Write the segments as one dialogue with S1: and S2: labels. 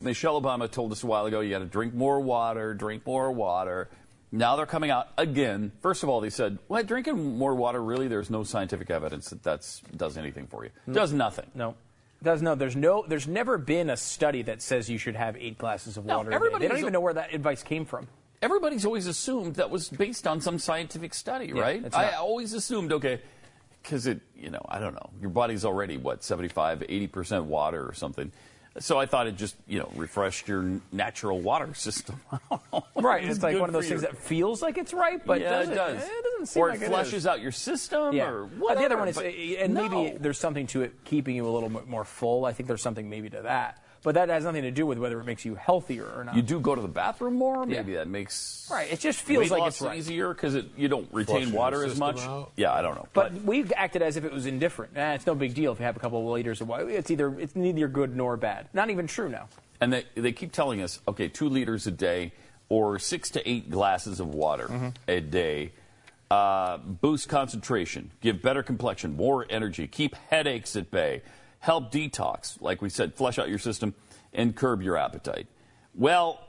S1: Michelle Obama told us a while ago you got to drink more water, drink more water. Now they're coming out again. First of all, they said, well, drinking more water, really, there's no scientific evidence that that does anything for you.
S2: Mm.
S1: Does nothing.
S2: No. Does no. There's no. There's never been a study that says you should have eight glasses of
S1: No,
S2: water. a day.
S1: everybody
S2: They don't
S1: is-
S2: even know where that advice came from.
S1: Everybody's always assumed that was based on some scientific study, right?
S2: it's
S1: I
S2: not.
S1: always assumed, okay, because it, you know, I don't know. Your body's already, what, 75, 80% water or something. So I thought it just, you know, refreshed your n- natural water system. I don't know.
S2: Right.
S1: was
S2: It's like
S1: good
S2: one of those
S1: for
S2: things
S1: you.
S2: that feels like it's right, but
S1: yeah,
S2: doesn't, eh,
S1: it does.
S2: It doesn't seem
S1: or
S2: like
S1: it flushes
S2: it
S1: out your system
S2: is. Yeah.
S1: or
S2: Uh,
S1: whatever.
S2: the other one is,
S1: but
S2: and maybe
S1: no.
S2: there's something to it keeping you a little bit more full. I think there's something maybe to that, but that has nothing to do with whether it makes you healthier or not.
S1: you do go to the bathroom more.
S2: Yeah.
S1: Maybe that makes
S2: Right, it just feels
S1: weight
S2: like
S1: loss
S2: it's right.
S1: easier because you don't retain
S3: Flushes the
S1: water as
S3: system
S1: much.
S3: out.
S1: Yeah, I don't know.
S2: But we acted as if it was indifferent. Eh, it's no big deal if you have a couple of liters of water. It's either it's neither good nor bad. Not even true now.
S1: and they, they keep telling us, okay, two liters a day or six to eight glasses of water a day. Uh, boost concentration, give better complexion, more energy, keep headaches at bay, help detox, like we said, flush out your system, and curb your appetite. Well,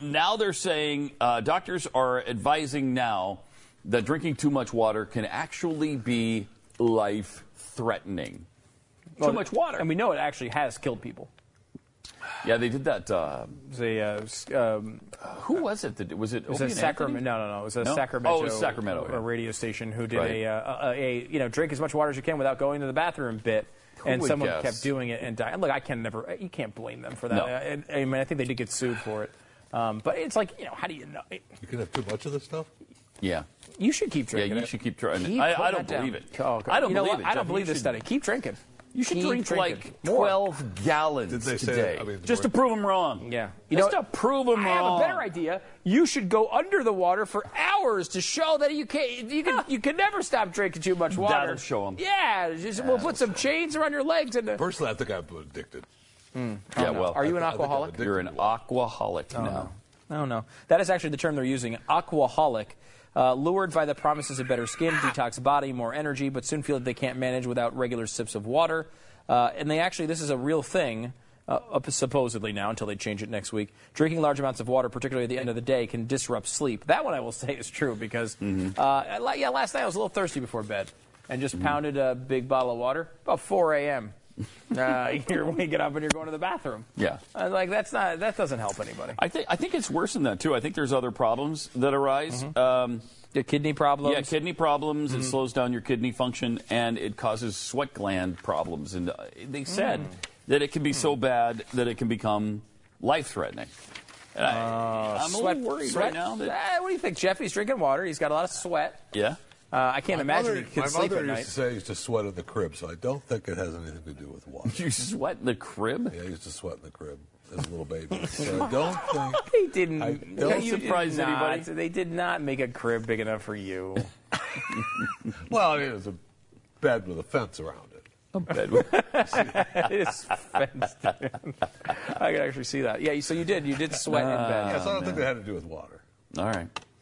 S1: now they're saying uh, doctors are advising now that drinking too much water can actually be life threatening.
S2: Well,
S1: too much water.
S2: and we know it actually has killed people.
S1: yeah, they did that. Uh,
S2: It was a, uh, s- um,
S1: Who was it? That, was it?
S2: it was a Sacramento. No, no, no. It was a
S1: No?
S2: Sacramento.
S1: Oh, it was Sacramento, yeah.
S2: A radio station who did
S1: Right.
S2: a, uh, a, a you know drink as much water as you can without going to the bathroom bit. and
S1: would
S2: someone
S1: guess?
S2: kept doing it and dying. Look, I can never. You can't blame them for that.
S1: No.
S2: I- I, I mean, I think they did get sued for it. Um, but it's like you know, how do you know?
S3: You can have too much of this stuff.
S1: Yeah.
S2: You should keep
S1: Yeah,
S2: drinking.
S1: you
S2: it.
S1: should keep trying.
S2: Keep
S1: I, I
S2: putting
S1: don't
S2: that down.
S1: believe it.
S2: Oh, God.
S1: I don't
S2: You know
S1: believe
S2: what?
S1: it.
S2: I
S1: Jeff.
S2: don't
S1: You
S2: believe this
S1: should-
S2: study. Keep drinking.
S1: You should
S2: Keep
S1: drink
S2: drinking.
S1: like
S2: More.
S1: 12 gallons
S3: Did they say
S1: today.
S3: that? I mean, the
S1: just to
S3: word-
S1: prove them wrong.
S2: Yeah. You
S1: You
S2: know
S1: just to
S2: what?
S1: prove them
S2: I have
S1: wrong.
S2: a better idea. You should go under the water for hours to show that you can you can you can never stop drinking too much water.
S1: That'll show 'em.
S2: Yeah, just, we'll put some chains around your legs and. The,
S3: Personally, I think I'm addicted.
S1: Yeah, well,
S2: Are you Oh, an
S3: I think I'm
S2: alcoholic?
S3: addicted
S1: You're an
S3: to water.
S1: aquaholic now.
S2: I don't know. That is actually the term they're using. Aquaholic. Uh, lured by the promises of better skin, detox body, more energy, but soon feel that they can't manage without regular sips of water. Uh, and they actually, this is a real thing, uh, up- supposedly now until they change it next week. Drinking large amounts of water, particularly at the end of the day, can disrupt sleep. That one I will say is true because, uh, I li- yeah, last night I was a little thirsty before bed and just pounded a big bottle of water about 4 a.m. uh, you're waking up and you're going to the bathroom.
S1: Yeah.
S2: I was like, that's not, that doesn't help anybody.
S1: I think I think it's worse than that too. I think there's other problems that arise.
S2: Mm-hmm.
S1: Um,
S2: Your kidney problems. Mm-hmm.
S1: yeah, kidney problems. It slows down your kidney function and it causes sweat gland problems. And uh, they said
S2: Mm.
S1: that it can be so bad that it can become life threatening. I'm a little worried
S2: Oh, sweat-
S1: right now. That,
S2: Eh, what do you think, Jeff? He's drinking water. He's got a lot of sweat.
S1: yeah.
S2: Uh, I can't imagine
S3: mother,
S2: he could
S3: my
S2: sleep
S3: mother
S2: at
S3: used
S2: night.
S3: to say I used to sweat in the crib, so I don't think it has anything to do with water.
S1: You sweat in the crib?
S3: yeah, I used to sweat in the crib as a little baby. So I don't think.
S2: They didn't.
S3: I don't
S2: Yeah, you did
S1: surprise
S2: not.
S1: anybody.
S2: They did not make a crib big enough for you.
S3: Well, I mean, it was a bed with a fence around it.
S2: it is fenced in. I can actually see that. Yeah, so you did. You did sweat in bed.
S1: Uh,
S3: yeah, so I don't think that had to do with water.
S1: All right.